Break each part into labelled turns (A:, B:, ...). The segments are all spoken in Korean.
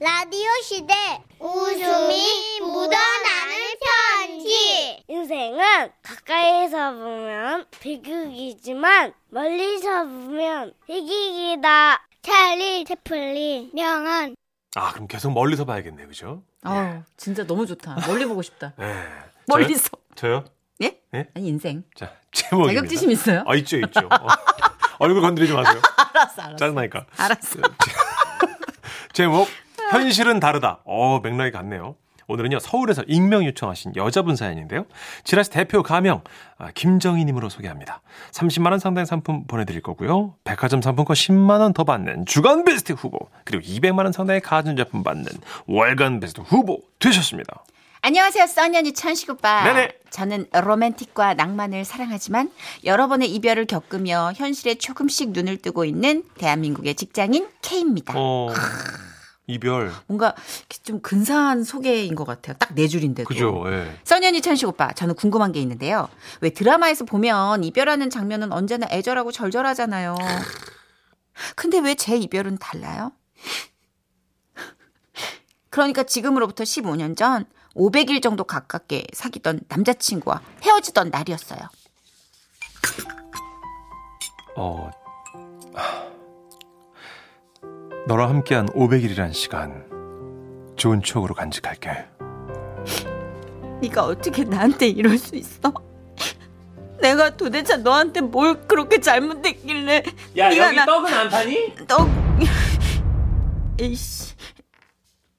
A: 라디오 시대 웃음이 묻어나는 편지
B: 인생은 가까이서 보면 비극이지만 멀리서 보면 희극이다. 찰리 채플린 명언
C: 아, 그럼 계속 멀리서 봐야겠네요. 그죠?
D: 아우 진짜 너무 좋다. 멀리 보고 싶다.
C: 예.
D: 예. 멀리서.
C: 저요? 저요?
D: 예?
C: 예?
D: 아니 인생.
C: 자, 제목입니다.
D: 자격지심 있어요?
C: 아, 있죠, 있죠. 어. 얼굴 건드리지 마세요.
D: 알았어, 알았어.
C: 짜증나니까.
D: 알았어.
C: 제목 현실은 다르다. 어 맥락이 같네요. 오늘은요 서울에서 익명 요청하신 여자분 사연인데요. 지라시 대표 가명 아, 김정희님으로 소개합니다. 30만 원 상당의 상품 보내드릴 거고요. 백화점 상품권 10만 원 더 받는 주간 베스트 후보 그리고 200만 원 상당의 가전제품 받는 월간 베스트 후보 되셨습니다.
D: 안녕하세요, 써니언니 천식 오빠.
C: 네네.
D: 저는 로맨틱과 낭만을 사랑하지만 여러 번의 이별을 겪으며 현실에 조금씩 눈을 뜨고 있는 대한민국의 직장인 K입니다.
C: 어 이별
D: 뭔가 이렇게 좀 근사한 소개인 것 같아요. 딱 네 줄인데도.
C: 그죠? 예.
D: 써니언니 천식 오빠, 저는 궁금한 게 있는데요. 왜 드라마에서 보면 이별하는 장면은 언제나 애절하고 절절하잖아요. 근데 왜 제 이별은 달라요? 그러니까 지금으로부터 15년 전 500일 정도 가깝게 사귀던 남자친구와 헤어지던 날이었어요.
C: 어, 하, 너랑 함께한 500일이란 시간 좋은 추억으로 간직할게.
D: 네가 어떻게 나한테 이럴 수 있어? 내가 도대체 너한테 뭘 그렇게 잘못했길래
E: 야
D: 네가
E: 여기
D: 나-
E: 떡은 안 파니?
D: 너 에이씨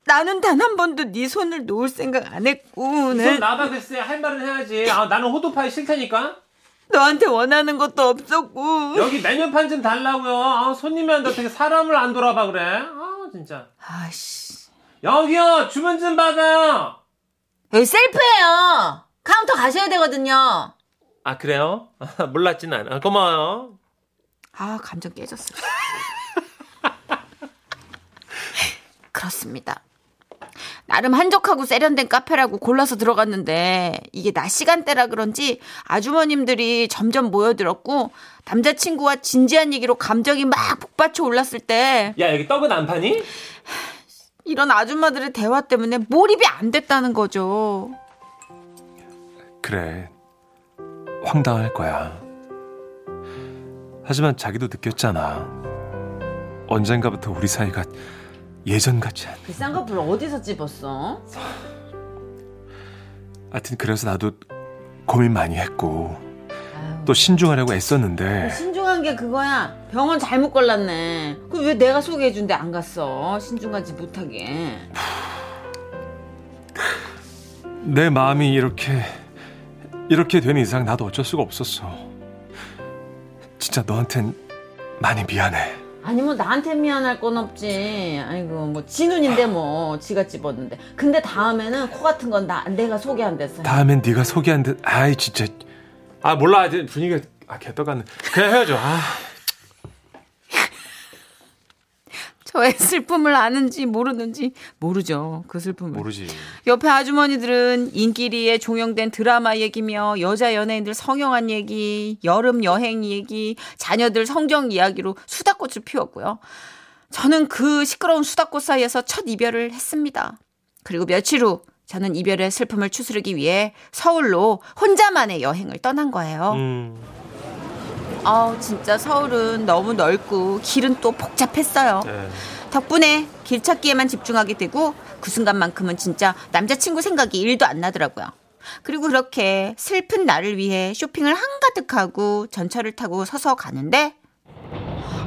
D: 나는 단 한 번도 네 손을 놓을 생각 안 했고 내-
E: 손 놔봐 글쎄 할 말은 해야지 아 나는 호두파이 싫다니까
D: 너한테 원하는 것도 없었고
E: 여기 메뉴판 좀 달라고요 아 손님이한테 어떻게 사람을 안 돌아봐 그래 아 진짜
D: 아씨
E: 여기요 주문 좀 받아요
D: 여기 셀프예요 카운터 가셔야 되거든요
E: 아 그래요? 몰랐진 않아 고마워요
D: 아 감정 깨졌어 그렇습니다 나름 한적하고 세련된 카페라고 골라서 들어갔는데 이게 낮 시간대라 그런지 아주머님들이 점점 모여들었고 남자친구와 진지한 얘기로 감정이 막 북받쳐 올랐을 때
E: 야 여기 떡은 안 파니?
D: 이런 아줌마들의 대화 때문에 몰입이 안 됐다는 거죠
C: 그래, 황당할 거야. 하지만 자기도 느꼈잖아. 언젠가부터 우리 사이가 예전 같지 않.
D: 그 쌍꺼풀 어디서 집었어?
C: 하여튼 그래서 나도 고민 많이 했고 또 신중하려고 애썼는데
D: 신중한 게 그거야. 병원 잘못 걸렸네. 그 왜 내가 소개해준데 안 갔어? 신중하지 못하게.
C: 내 마음이 이렇게 이렇게 되는 이상 나도 어쩔 수가 없었어. 진짜 너한텐 많이 미안해.
D: 아니 뭐 나한테 미안할 건 없지. 아이고 뭐 진훈인데 뭐 지가 집었는데. 근데 다음에는 코 같은 건 나 내가 소개 안 됐어.
C: 다음엔 네가 소개한 듯 아이 진짜 아 몰라 이제 분위기가 아 개떡같네. 그냥 헤어져. 아.
D: 저의 슬픔을 아는지 모르는지 모르죠. 그 슬픔을.
C: 모르지.
D: 옆에 아주머니들은 인기리에 종영된 드라마 얘기며 여자 연예인들 성형한 얘기, 여름 여행 얘기, 자녀들 성경 이야기로 수다꽃을 피웠고요. 저는 그 시끄러운 수다꽃 사이에서 첫 이별을 했습니다. 그리고 며칠 후 저는 이별의 슬픔을 추스르기 위해 서울로 혼자만의 여행을 떠난 거예요.
C: 음.
D: 아 진짜 서울은 너무 넓고 길은 또 복잡했어요.
C: 네.
D: 덕분에 길 찾기에만 집중하게 되고 그 순간만큼은 진짜 남자친구 생각이 일도 안 나더라고요. 그리고 그렇게 슬픈 나를 위해 쇼핑을 한가득 하고 전철을 타고 서서 가는데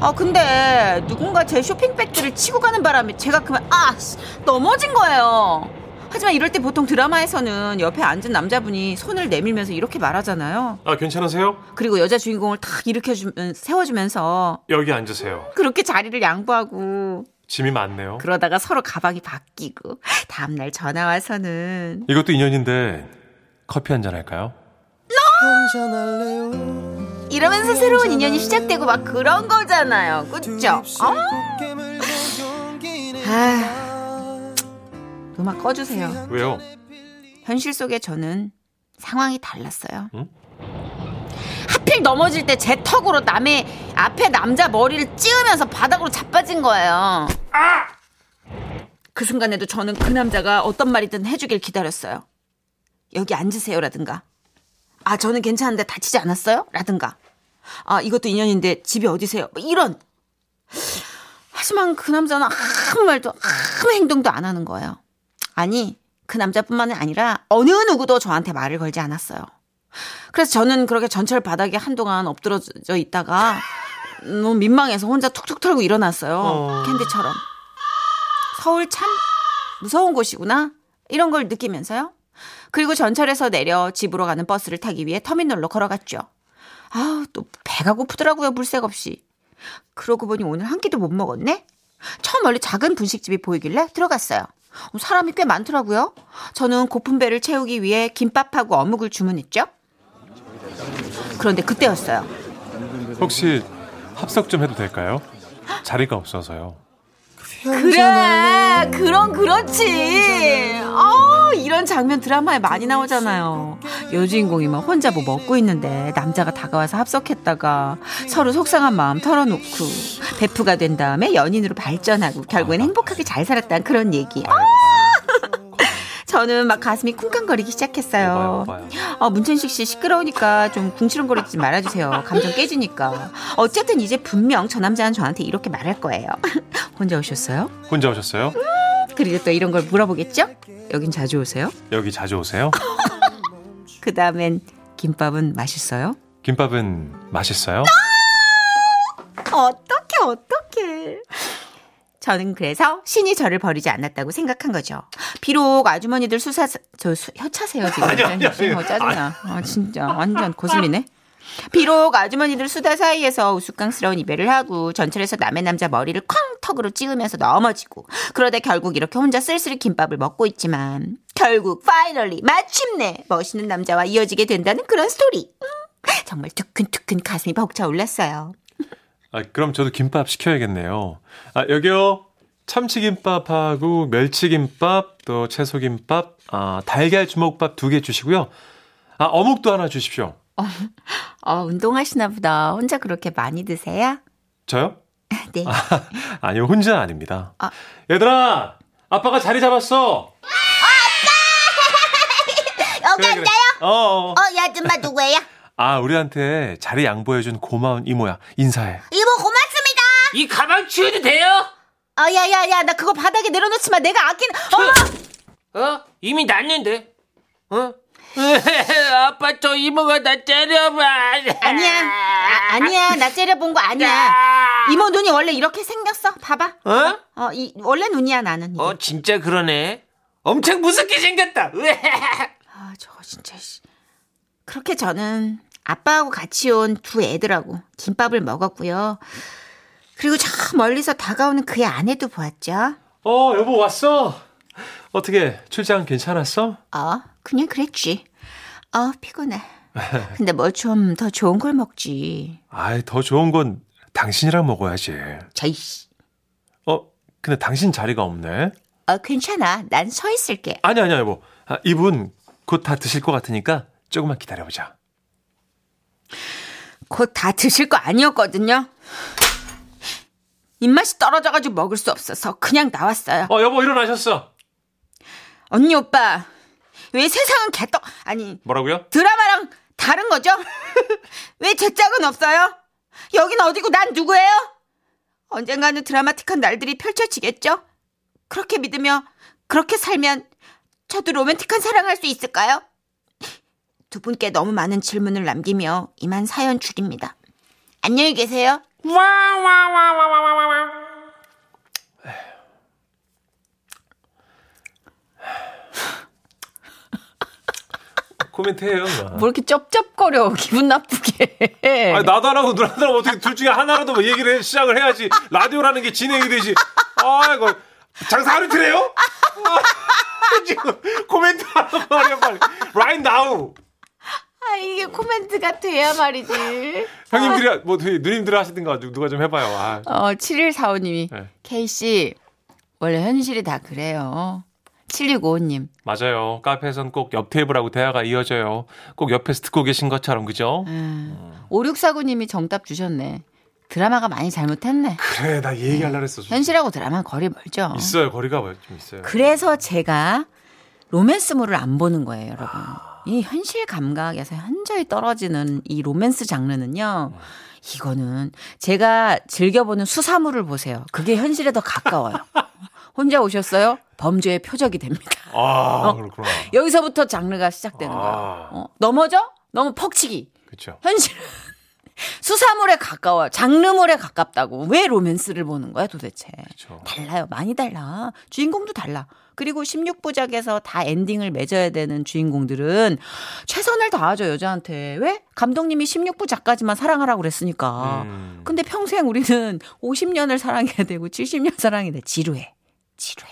D: 아 근데 누군가 제 쇼핑백들을 치고 가는 바람에 제가 그만 아 씨, 넘어진 거예요. 하지만 이럴 때 보통 드라마에서는 옆에 앉은 남자분이 손을 내밀면서 이렇게 말하잖아요.
C: 아 괜찮으세요?
D: 그리고 여자 주인공을 탁 일으켜주면 세워주면서
C: 여기 앉으세요.
D: 그렇게 자리를 양보하고
C: 짐이 많네요.
D: 그러다가 서로 가방이 바뀌고 다음날 전화 와서는
C: 이것도 인연인데 커피 한 잔 할까요?
D: 이러면서 새로운 인연이 시작되고 막 그런 거잖아요. 그쵸? 어? 아, 음악 꺼주세요.
C: 왜요?
D: 현실 속의 저는 상황이 달랐어요.
C: 응?
D: 하필 넘어질 때 제 턱으로 남의 앞에 남자 머리를 찌우면서 바닥으로 자빠진 거예요. 그 순간에도 저는 그 남자가 어떤 말이든 해주길 기다렸어요. 여기 앉으세요라든가. 아, 저는 괜찮은데 다치지 않았어요? 라든가. 아, 이것도 인연인데 집이 어디세요? 뭐 이런. 하지만 그 남자는 아무 말도 아무 행동도 안 하는 거예요. 아니, 그 남자뿐만이 아니라 어느 누구도 저한테 말을 걸지 않았어요. 그래서 저는 그렇게 전철 바닥에 한동안 엎드러져 있다가 너무 민망해서 혼자 툭툭 털고 일어났어요.
C: 어.
D: 캔디처럼. 서울 참 무서운 곳이구나. 이런 걸 느끼면서요. 그리고 전철에서 내려 집으로 가는 버스를 타기 위해 터미널로 걸어갔죠. 아우, 또 배가 고프더라고요, 물색 없이. 그러고 보니 오늘 한 끼도 못 먹었네? 처음 원래 작은 분식집이 보이길래 들어갔어요. 어, 사람이 꽤 많더라고요. 저는 고픈 배를 채우기 위해 김밥하고 어묵을 주문했죠. 그런데 그때였어요.
C: 혹시 합석 좀 해도 될까요? 자리가 없어서요.
D: 그래, 그런 그렇지. 아, 이런 장면 드라마에 많이 나오잖아요. 여주인공이 막 혼자 뭐 먹고 있는데 남자가 다가와서 합석했다가 서로 속상한 마음 털어놓고 베프가 된 다음에 연인으로 발전하고 결국엔 행복하게 잘 살았다는 그런 얘기. 아, 저는 막 가슴이 쿵쾅거리기 시작했어요.
C: 봐요, 봐요.
D: 아, 문천식 씨 시끄러우니까 좀 궁시렁거리지 말아주세요. 감정 깨지니까. 어쨌든 이제 분명 저 남자는 저한테 이렇게 말할 거예요. 혼자 오셨어요?
C: 혼자 오셨어요?
D: 그리고 또 이런 걸 물어보겠죠? 여긴 자주 오세요?
C: 여기 자주 오세요?
D: 그 다음엔 김밥은 맛있어요?
C: 김밥은 맛있어요?
D: 어떻게 어떻게? 저는 그래서 신이 저를 버리지 않았다고 생각한 거죠. 비록 아주머니들 수사 저 수, 혀차세요 지금.
C: 아니요, 아니요, 아니요.
D: 어, 짜증나. 아 진짜 완전 거슬리네. 비록 아주머니들 수다 사이에서 우스꽝스러운 이별을 하고 전철에서 남의 남자 머리를 쾅 턱으로 찌으면서 넘어지고 그러다 결국 이렇게 혼자 쓸쓸히 김밥을 먹고 있지만 결국 파이널리 마침내 멋있는 남자와 이어지게 된다는 그런 스토리. 음, 정말 두근두근 가슴이 벅차올랐어요.
C: 아, 그럼 저도 김밥 시켜야겠네요. 아, 여기요. 참치김밥하고 멸치김밥, 또 채소김밥, 아, 달걀 주먹밥 두 개 주시고요. 아, 어묵도 하나 주십시오.
D: 어, 운동하시나 보다. 혼자 그렇게 많이 드세요?
C: 저요?
D: 네.
C: 아니요, 혼자 아닙니다.
D: 아.
C: 얘들아! 아빠가 자리 잡았어!
A: 여기 앉아요?
C: 어, 어.
A: 어, 이 아줌마 누구예요?
C: 아, 우리한테 자리 양보해준 고마운 이모야. 인사해.
A: 이모 고맙습니다.
E: 이 가방 치워도 돼요?
D: 아, 야, 야, 야, 나 그거 바닥에 내려놓지 마. 내가 아끼는, 어머!
E: 어? 이미 났는데. 어? 아빠 저 이모가 나 째려봐.
D: 아니야. 아, 아니야. 나 째려본 거 아니야. 이모 눈이 원래 이렇게 생겼어. 봐봐.
E: 어?
D: 어, 이, 원래 눈이야, 나는. 이게.
E: 어 진짜 그러네. 엄청 무섭게 생겼다.
D: 아, 저거 진짜, 씨. 그렇게 저는 아빠하고 같이 온 두 애들하고 김밥을 먹었고요. 그리고 저 멀리서 다가오는 그의 아내도 보았죠.
C: 어, 여보, 왔어? 어떻게, 출장 괜찮았어?
D: 어, 그냥 그랬지. 어, 피곤해. 근데 뭘 좀 더 좋은 걸 먹지.
C: 아이, 더 좋은 건 당신이랑 먹어야지.
D: 저이씨.
C: 어, 근데 당신 자리가 없네?
D: 어, 괜찮아. 난 서 있을게.
C: 아니, 아니, 여보. 아, 이분 곧 다 드실 것 같으니까 조금만 기다려보자.
D: 곧 다 드실 거 아니었거든요. 입맛이 떨어져가지고 먹을 수 없어서 그냥 나왔어요.
C: 어, 여보, 일어나셨어.
D: 언니 오빠, 왜 세상은 개떡, 아니,
C: 뭐라고요?
D: 드라마랑 다른 거죠? 왜 제 짝은 없어요? 여긴 어디고 난 누구예요? 언젠가는 드라마틱한 날들이 펼쳐지겠죠? 그렇게 믿으며 그렇게 살면 저도 로맨틱한 사랑할 수 있을까요? 두 분께 너무 많은 질문을 남기며 이만 사연 줄입니다. 안녕히 계세요.
C: 코멘트해요.
D: 뭐 이렇게 쩝쩝거려 기분 나쁘게
C: 아니, 나다라고 누나다라고 어떻게 둘 중에 하나라도 뭐 얘기를 해, 시작을 해야지. 라디오라는 게 진행이 되지. 아이고, 장사 하루 틀래요 아, 지금 코멘트 하는 말이야, 빨리. Right now.
D: 아 이게 코멘트가 돼야 말이지
C: 형님들이, 뭐, 누님들 하시든가 누가 좀 해봐요. 아.
D: 어 7145님이
C: 네.
D: K씨 원래 현실이 다 그래요 7655님
C: 맞아요. 카페에선 꼭 옆 테이블하고 대화가
D: 네.
C: 이어져요. 꼭 옆에서 듣고 계신 것처럼, 그죠?
D: 5649님이 정답 주셨네 드라마가 많이 잘못했네.
C: 그래 나 얘기하려고 했어. 진짜.
D: 현실하고 드라마 거리 멀죠.
C: 있어요 거리가 뭐 좀 있어요.
D: 그래서 제가 로맨스물을 안 보는 거예요, 여러분. 이 현실 감각에서 현저히 떨어지는 이 로맨스 장르는요. 이거는 제가 즐겨보는 수사물을 보세요. 그게 현실에 더 가까워요. 혼자 오셨어요? 범죄의 표적이 됩니다.
C: 아
D: 어.
C: 그렇구나.
D: 여기서부터 장르가 시작되는 거예요.
C: 아.
D: 어, 넘어져? 너무 퍽치기.
C: 그렇죠.
D: 현실은 수사물에 가까워요. 장르물에 가깝다고. 왜 로맨스를 보는 거야 도대체.
C: 그렇죠.
D: 달라요. 많이 달라. 주인공도 달라. 그리고 16부작에서 다 엔딩을 맺어야 되는 주인공들은 최선을 다하죠, 여자한테. 왜? 감독님이 16부작까지만 사랑하라고 그랬으니까.
C: 음.
D: 근데 평생 우리는 50년을 사랑해야 되고 70년 사랑해야 돼. 지루해. 지루해.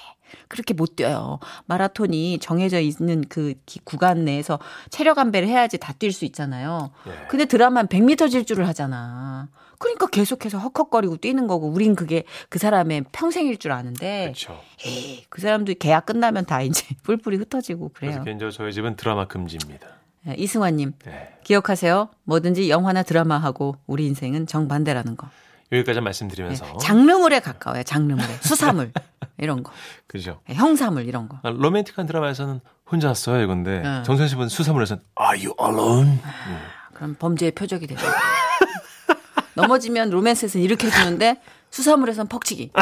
D: 그렇게 못 뛰어요. 마라톤이 정해져 있는 그 기- 구간 내에서 체력 안배를 해야지 다 뛸 수 있잖아요.
C: 예.
D: 근데 드라마는 100m 질주를 하잖아. 그러니까 계속해서 헉헉거리고 뛰는 거고 우린 그게 그 사람의 평생일 줄 아는데
C: 그렇죠.
D: 에이, 그 사람도 계약 끝나면 다 이제 뿔뿔이 흩어지고
C: 그래서
D: 그래요.
C: 이제 저희 집은 드라마 금지입니다.
D: 예, 이승환님
C: 네.
D: 기억하세요. 뭐든지 영화나 드라마하고 우리 인생은 정반대라는 거.
C: 여기까지
D: 예,
C: 말씀드리면서
D: 장르물에 가까워요. 장르물에 수사물 이런 거,
C: 그죠.
D: 예, 형사물 이런 거.
C: 아, 로맨틱한 드라마에서는 혼자 왔어요 이건데
D: 네.
C: 정선 씨분 수사물에서는 Are you alone?
D: 그럼 범죄의 표적이 되죠. 넘어지면 로맨스에서는 이렇게 해주는데 수사물에서는 퍽치기.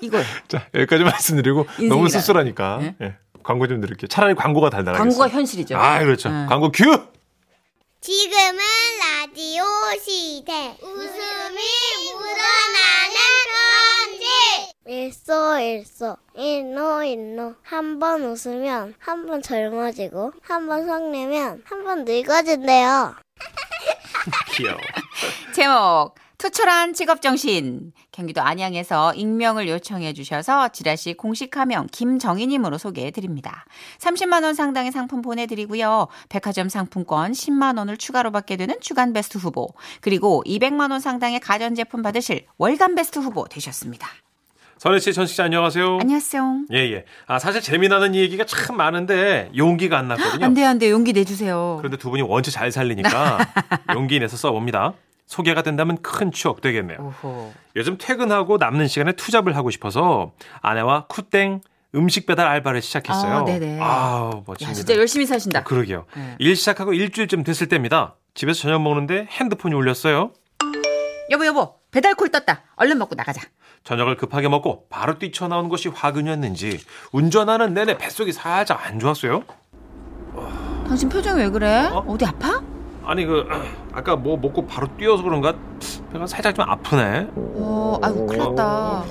D: 이거예요.
C: 자 여기까지 말씀드리고
D: 인생이라.
C: 너무 씁쓸하니까
D: 예?
C: 예, 광고 좀 드릴게요. 차라리 광고가 달달하겠어요.
D: 광고가 현실이죠.
C: 아 그렇죠.
D: 예.
C: 광고 큐.
A: 지금은 라디오 시대. 웃음이 묻어나는 편지.
B: 일소 일소 일노 일노 한 번 웃으면 한 번 젊어지고 한 번 성내면 한 번 늙어진대요.
C: 귀여워.
D: 제목 투철한 직업정신 경기도 안양에서 익명을 요청해 주셔서 지라시 공식 화명 김정희님으로 소개해 드립니다. 30만 원 상당의 상품 보내드리고요. 백화점 상품권 10만 원을 추가로 받게 되는 주간 베스트 후보 그리고 200만 원 상당의 가전제품 받으실 월간 베스트 후보 되셨습니다.
C: 선혜 씨, 전식 씨 안녕하세요.
D: 안녕하세요.
C: 예, 예. 아, 사실 재미나는 얘기가 참 많은데 용기가 안 났거든요.
D: 안돼 안돼 용기 내주세요.
C: 그런데 두 분이 원체 잘 살리니까 용기 내서 써봅니다. 소개가 된다면 큰 추억 되겠네요.
D: 오호.
C: 요즘 퇴근하고 남는 시간에 투잡을 하고 싶어서 아내와 쿠땡 음식 배달 알바를 시작했어요.
D: 아, 네네.
C: 아우, 멋집니다.
D: 야 진짜 열심히 사신다.
C: 그러게요.
D: 네.
C: 일 시작하고 일주일쯤 됐을 때입니다. 집에서 저녁 먹는데 핸드폰이 울렸어요.
D: 여보 여보 배달콜 떴다. 얼른 먹고 나가자.
C: 저녁을 급하게 먹고 바로 뛰쳐나온 것이 화근이었는지 운전하는 내내 뱃속이 살짝 안 좋았어요.
D: 당신 표정이 왜 그래?
C: 어?
D: 어디 아파?
C: 아니 그 아까 뭐 먹고 바로 뛰어서 그런가 배가 살짝 좀 아프네.
D: 어, 아이고, 큰일 났다.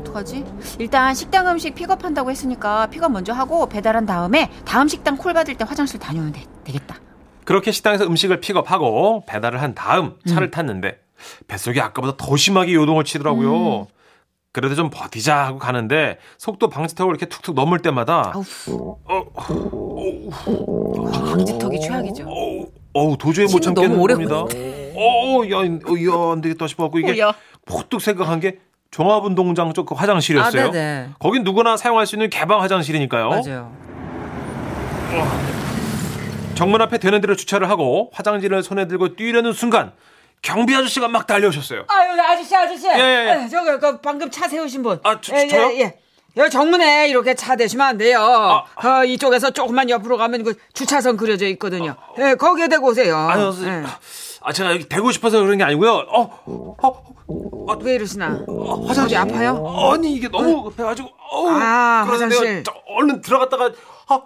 D: 어떡하지? 일단 식당 음식 픽업한다고 했으니까 픽업 먼저 하고 배달한 다음에 다음 식당 콜 받을 때 화장실 다녀오면 되, 되겠다.
C: 그렇게 식당에서 음식을 픽업하고 배달을 한 다음 차를 탔는데 뱃속이 아까보다 더 심하게 요동을
D: 음.
C: 치더라고요. 그래도 좀 버티자 하고 가는데 속도 방지턱을 이렇게 툭툭 넘을 때마다
D: 아우,
C: 어,
D: 방지턱이 최악이죠.
C: 어우, 아, 어우 도저히 못
D: 지금 너무
C: 참겠는
D: 오래
C: 겁니다. 어우 야, 어, 야, 안 되겠다 싶어갖고 이게
D: 야.
C: 폭뚝 생각한 게 종합운동장 쪽 그 화장실이었어요.
D: 아, 네네.
C: 거긴 누구나 사용할 수 있는 개방 화장실이니까요.
D: 맞아요.
C: 정문 앞에 되는 대로 주차를 하고 화장지를 손에 들고 뛰려는 순간 경비 아저씨가 막 달려오셨어요.
F: 아유 아저씨 아저씨
C: 예, 예.
F: 예, 저거 그 방금 차 세우신 분 예,
C: 아, 저- 저요?
F: 여기 정문에 이렇게 차 대시면 안 돼요
C: 아.
F: 어, 이쪽에서 조금만 옆으로 가면 그 주차선 그려져 있거든요 예, 거기에 대고 오세요
C: 아. 아니, 선생님.
F: 예.
C: 아, 제가 여기 대고 싶어서 그런 게 아니고요. 어, 어,
F: 왜 이러시나
C: 어
F: 어디
C: 화장실
F: 아파요?
C: 어, 아니 이게 너무 급해가지고. 어우,
F: 아,
C: 그러는데요.
F: 화장실.
C: 저, 얼른 들어갔다가 아,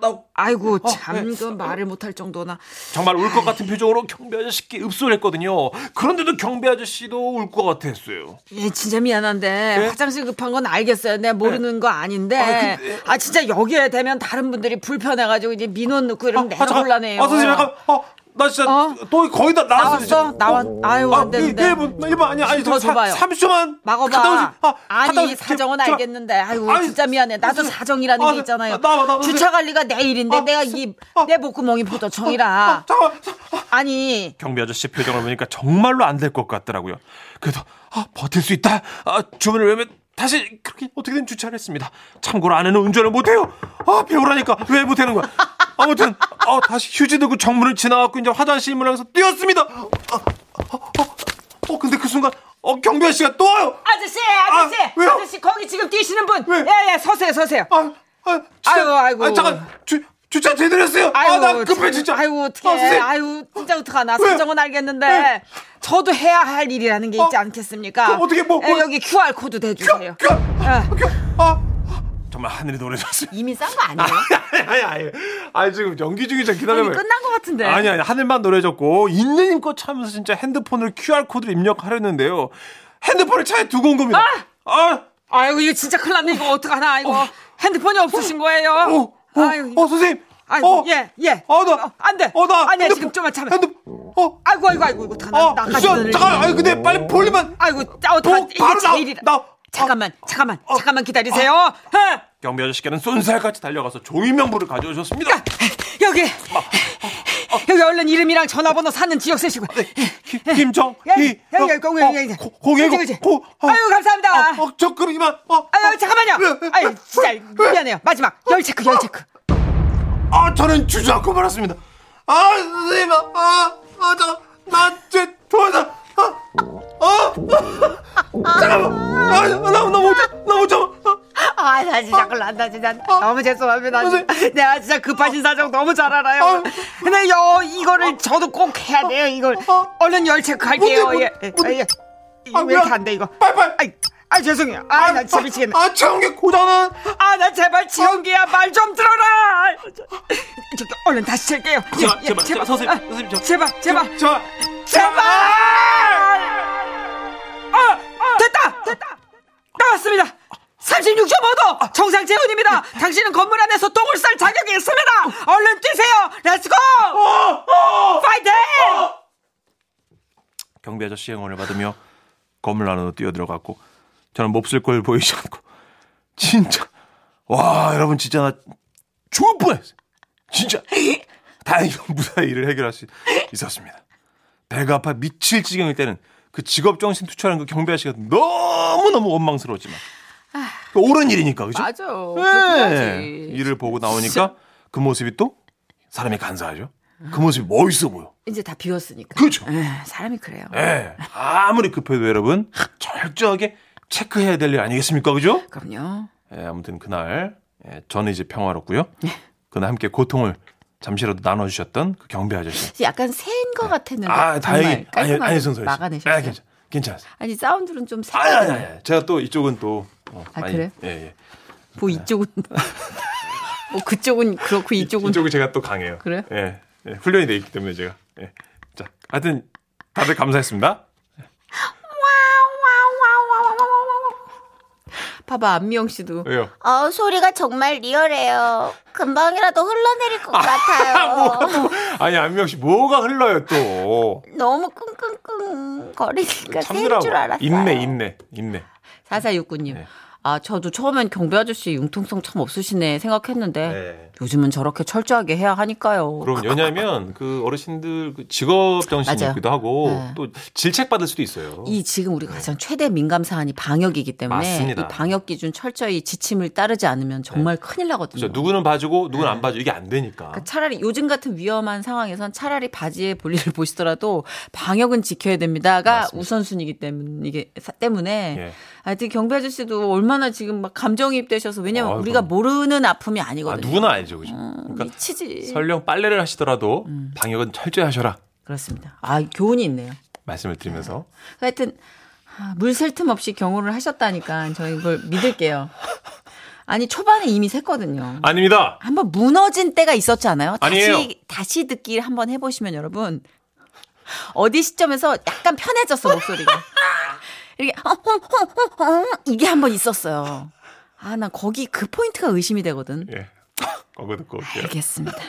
C: 나
F: 아이고
C: 어,
F: 참
C: 예.
F: 그 말을 못할 정도나
C: 정말 울 것 같은 표정으로 경비 아저씨께 읍소를 했거든요. 그런데도 경비 아저씨도 울 것 같았어요.
F: 예, 진짜 미안한데
C: 예?
F: 화장실 급한 건 알겠어요. 내가 모르는 거 아닌데
C: 아,
F: 아,
C: 근데-
F: 진짜 여기에 대면 다른 분들이 불편해가지고 이제 민원 넣고 이러면 내내
C: 잠깐.
F: 곤란해요.
C: 아, 선생님 약간 어, 나 진짜
F: 어?
C: 또 거의 다
F: 나왔어?
C: 나왔어요. 지금.
F: 나왔. 아유
C: 아,
F: 안 되는데.
C: 1분, 1분 아니야. 아니,
F: 더
C: 저 사-
F: 네. 줘봐요.
C: 30초만.
F: 막아봐.
C: 갔다 오시- 아, 갔다
F: 아니
C: 오시-
F: 사정은
C: 잠깐.
F: 알겠는데, 아이고
C: 아니,
F: 진짜 미안해. 나도
C: 선생님.
F: 사정이라는
C: 아,
F: 게 있잖아요.
C: 나- 나와, 나와,
F: 주차
C: 선생님.
F: 관리가 내 일인데
C: 아,
F: 내가
C: 선생님.
F: 이 내 복구멍이
C: 아,
F: 포도청이라.
C: 잠깐만. 아,
F: 아니
C: 경비 아저씨 표정을 보니까 정말로 안 될 것 같더라고요. 그래도 아, 버틸 수 있다. 아, 주문을 외면 다시 그렇게 어떻게든 주차를 했습니다. 참고로 아내는 운전을 못해요. 아, 배우라니까 왜 못하는 거야. 아무튼 아, 다시 휴지 들고 정문을 지나갖고 이제 화장실 문을 향해서 뛰었습니다. 아, 아, 아, 어, 근데 그 그 순간 어 경비아 씨가 또 와요.
F: 아저씨, 아저씨,
C: 아, 왜요?
F: 저씨 거기 지금 뛰시는 분,
C: 왜?
F: 예, 예, 서세요, 서세요.
C: 아, 아, 진짜.
F: 아이고, 아이고.
C: 아, 잠깐 주, 주차 제대로 했어요. 아, 나 급해 진짜.
F: 아이고
C: 아,
F: 어떡해.
C: 선생님.
F: 아, 이고 진짜 어떡하나.
C: 왜?
F: 사정은 알겠는데
C: 왜?
F: 저도 해야 할 일이라는 게 있지
C: 어?
F: 않겠습니까?
C: 그럼 어떻게 뭐,
F: 예,
C: 뭐-
F: 여기 QR 코드 대주세요.
C: 큐, 큐,
F: 아.
C: 큐, 아, 정말 하늘이 노래졌어요.
D: 이미 싼 거 아니에요?
C: 아니, 아니, 아니, 지금 연기 중이잖아. 기다려봐요.
F: 끝난 것 같은데.
C: 아니, 아니, 하늘만 노래졌고, 있는 힘껏 참으면서 진짜 핸드폰을 QR코드를 입력하려는데요. 핸드폰을 차에 두고 온 겁니다. 아!
F: 아이고 이거 진짜 큰일 났네. 이거 어떡하나. 이거 핸드폰이 없으신 거예요.
C: 어, 어,
F: 아! 아이고.
C: 어, 선생님!
F: 아이고,
C: 어,
F: 예, 예.
C: 어, 나.
F: 어, 안 돼.
C: 어, 나.
F: 아니야,
C: 핸드폰-
F: 지금 좀만 참아.
C: 핸드 어,
F: 아이고 아이고 아이고 어떡하나.
C: 어,
F: 나까지
C: 진짜,
F: 오늘
C: 잠깐, 아니, 근데 빨리 볼리면.
F: 아이고 짜 어떡하
C: 어,
F: 이게
C: 바로 나-
F: 제일이라.
C: 나- 어.
F: 잠깐만 잠깐만 잠깐만 기다리세요. 예.
C: 경비 아저씨께는 쏜살같이 달려가서 종이명부를 가져오셨습니다.
F: 여기 여기 얼른 이름이랑 전화번호 사는 지역 세시고
C: 네. 김- 김정,
F: 예,
C: 이,
F: 예, 예,
C: 어,
F: 공예,
C: 어,
F: 예, 예.
C: 고- 공예,
F: 그치, 그치.
C: 고- 어,
F: 아유, 감사합니다.
C: 어, 어, 저 그럼 이만. 어,
F: 아유
C: 어.
F: 잠깐만요.
C: 왜,
F: 아유
C: 왜,
F: 진짜
C: 왜, 왜?
F: 미안해요. 마지막 열 체크 열 체크.
C: 아, 저는 주저앉고 말았습니다. 아, 선생님, 아, 아, 저, 나, 제, 도와줘. 아, 아, 아, 잠깐만. 아, 나, 나, 못, 참- 나, 못 참아. 아,
D: 아, 나 진짜 큰일 난다, 진짜. 너무 죄송합니다.
C: 선생님.
D: 내가 진짜
C: 어?
D: 급하신 사정 너무 잘
C: 아유.
D: 알아요.
F: 근데 요 이거를 저도 꼭 해야 돼요. 이걸
C: 어? 어.
F: 얼른 열 체크할게요.
C: 뭔데,
F: 예. 예.
C: 뭔데?
F: 아, 예.
C: 아,
F: 이거 왜 이렇게 안 돼 이거?
C: 빨리빨리.
F: 아이, 아 죄송해요. 아 나 진짜 미치겠네.
C: 아, 채운 게 고장은.
F: 아 나 제발 지원기야 말 좀 들어라. 저기 얼른 다시 칠게요. 예,
C: 제발,
F: 예,
C: 제발, 제발, 선생님,
F: 아,
C: 선생님, 저-
F: 제발 제발
C: 저,
F: 제발. 아, 됐다! 됐다! 나왔습니다! 36.5도! 정상 체온입니다! 당신은 건물 안에서 똥을 쌀 자격이 있습니다! 얼른 뛰세요! 렛츠고!
C: 어,
F: 파이팅!
C: 경비 아저씨 행원을 받으며 건물 안으로 뛰어들어갔고 저는 몹쓸 꼴 보이지 않고 진짜 와 여러분 진짜 나 죽을 뻔했어요 진짜 다행히 무사히 일을 해결할 수 있었습니다 배가 아파 미칠 지경일 때는 그 직업 정신 투철한 그 경비 아저씨가 너무너무 원망스러웠지만 그 옳은 일이니까 그죠?
D: 맞아.
C: 예. 일을 보고 나오니까 그 모습이 또 사람이 간사하죠 그 모습이 멋있어 보여
D: 이제 다 비웠으니까.
C: 그죠?
D: 에, 사람이 그래요.
C: 예. 아무리 급해도 여러분 철저하게 체크해야 될 일 아니겠습니까? 그죠?
D: 그럼요.
C: 예, 아무튼 그날 예, 저는 이제 평화롭고요. 그날 함께 고통을 잠시라도 나눠 주셨던 그 경비 아저씨.
D: 약간 새인 것 같았는데.
C: 아,
D: 정말
C: 다행히 아니
D: 깔끔하게
C: 아니 선서
D: 막아내셨어요.
C: 아, 괜찮. 괜찮았어요.
D: 아니, 사운드는 좀 새.
C: 아니 아니 아니. 제가 또 이쪽은 또 어,
D: 아, 그래요?
C: 예, 예.
D: 뭐 이쪽은 뭐 그쪽은 그렇고 이쪽은
C: 이쪽은 제가 또 강해요.
D: 그래요?
C: 예. 예, 훈련이 돼 있기 때문에 제가. 예. 자, 하여튼 다들 감사했습니다.
D: 봐봐 안미영 씨도
C: 왜요?
A: 어, 소리가 정말 리얼해요. 금방이라도 흘러내릴 것 같아요.
C: 아니, 안명 씨 뭐가 흘러요, 또.
A: 너무 끙끙끙 거리니까
C: 참느라고.
A: 그러니까 셀줄 알았어요.
C: 인내, 인내, 인내.
D: 사사육구님
C: 네.
D: 아 저도 처음엔 경배 아저씨 융통성 참 없으시네 생각했는데
C: 네.
D: 요즘은 저렇게 철저하게 해야 하니까요.
C: 그럼 왜냐하면 그 어르신들 그 직업
D: 맞아요.
C: 정신이기도 하고
D: 네.
C: 또 질책 받을 수도 있어요.
D: 이 지금 우리 가장 최대 민감 사안이 방역이기 때문에
C: 네. 맞습니다.
D: 이 방역 기준 철저히 지침을 따르지 않으면 정말 큰일 나거든요.
C: 그렇죠. 누구는 봐주고 누구는
A: 네.
C: 안 봐주고 이게 안 되니까. 아,
D: 그러니까 차라리 요즘 같은 위험한 상황에선 차라리 바지에 볼일을 보시더라도 방역은 지켜야 됩니다가
C: 맞습니다.
D: 우선순위이기 때문에 이게 사- 때문에
C: 예.
D: 하여튼 경비 아저씨도 얼마나 지금 막 감정이입되셔서 왜냐면
C: 아유,
D: 우리가
C: 그럼.
D: 모르는 아픔이
C: 아,
D: 아니거든요.
C: 누구나 알죠. 그죠?
A: 음,
C: 그러니까
D: 미치지.
C: 설령 빨래를 하시더라도 방역은 철저히 하셔라
D: 그렇습니다. 아 교훈이 있네요.
C: 말씀을 드리면서
D: 하여튼 아, 물셀틈 없이 경호를 하셨다니까 저희 이걸 믿을게요. 아니 초반에 이미 샜거든요.
C: 아닙니다.
D: 한번 무너진 때가 있었지 않아요? 다시
C: 아니에요.
D: 다시 듣기 한번 해보시면 여러분 어디 시점에서 약간 편해졌어 목소리가 이렇게 이게 한번 있었어요. 아 난 거기 그 포인트가 의심이 되거든.
C: 예. 광고 듣고 올게요.
D: 알겠습니다.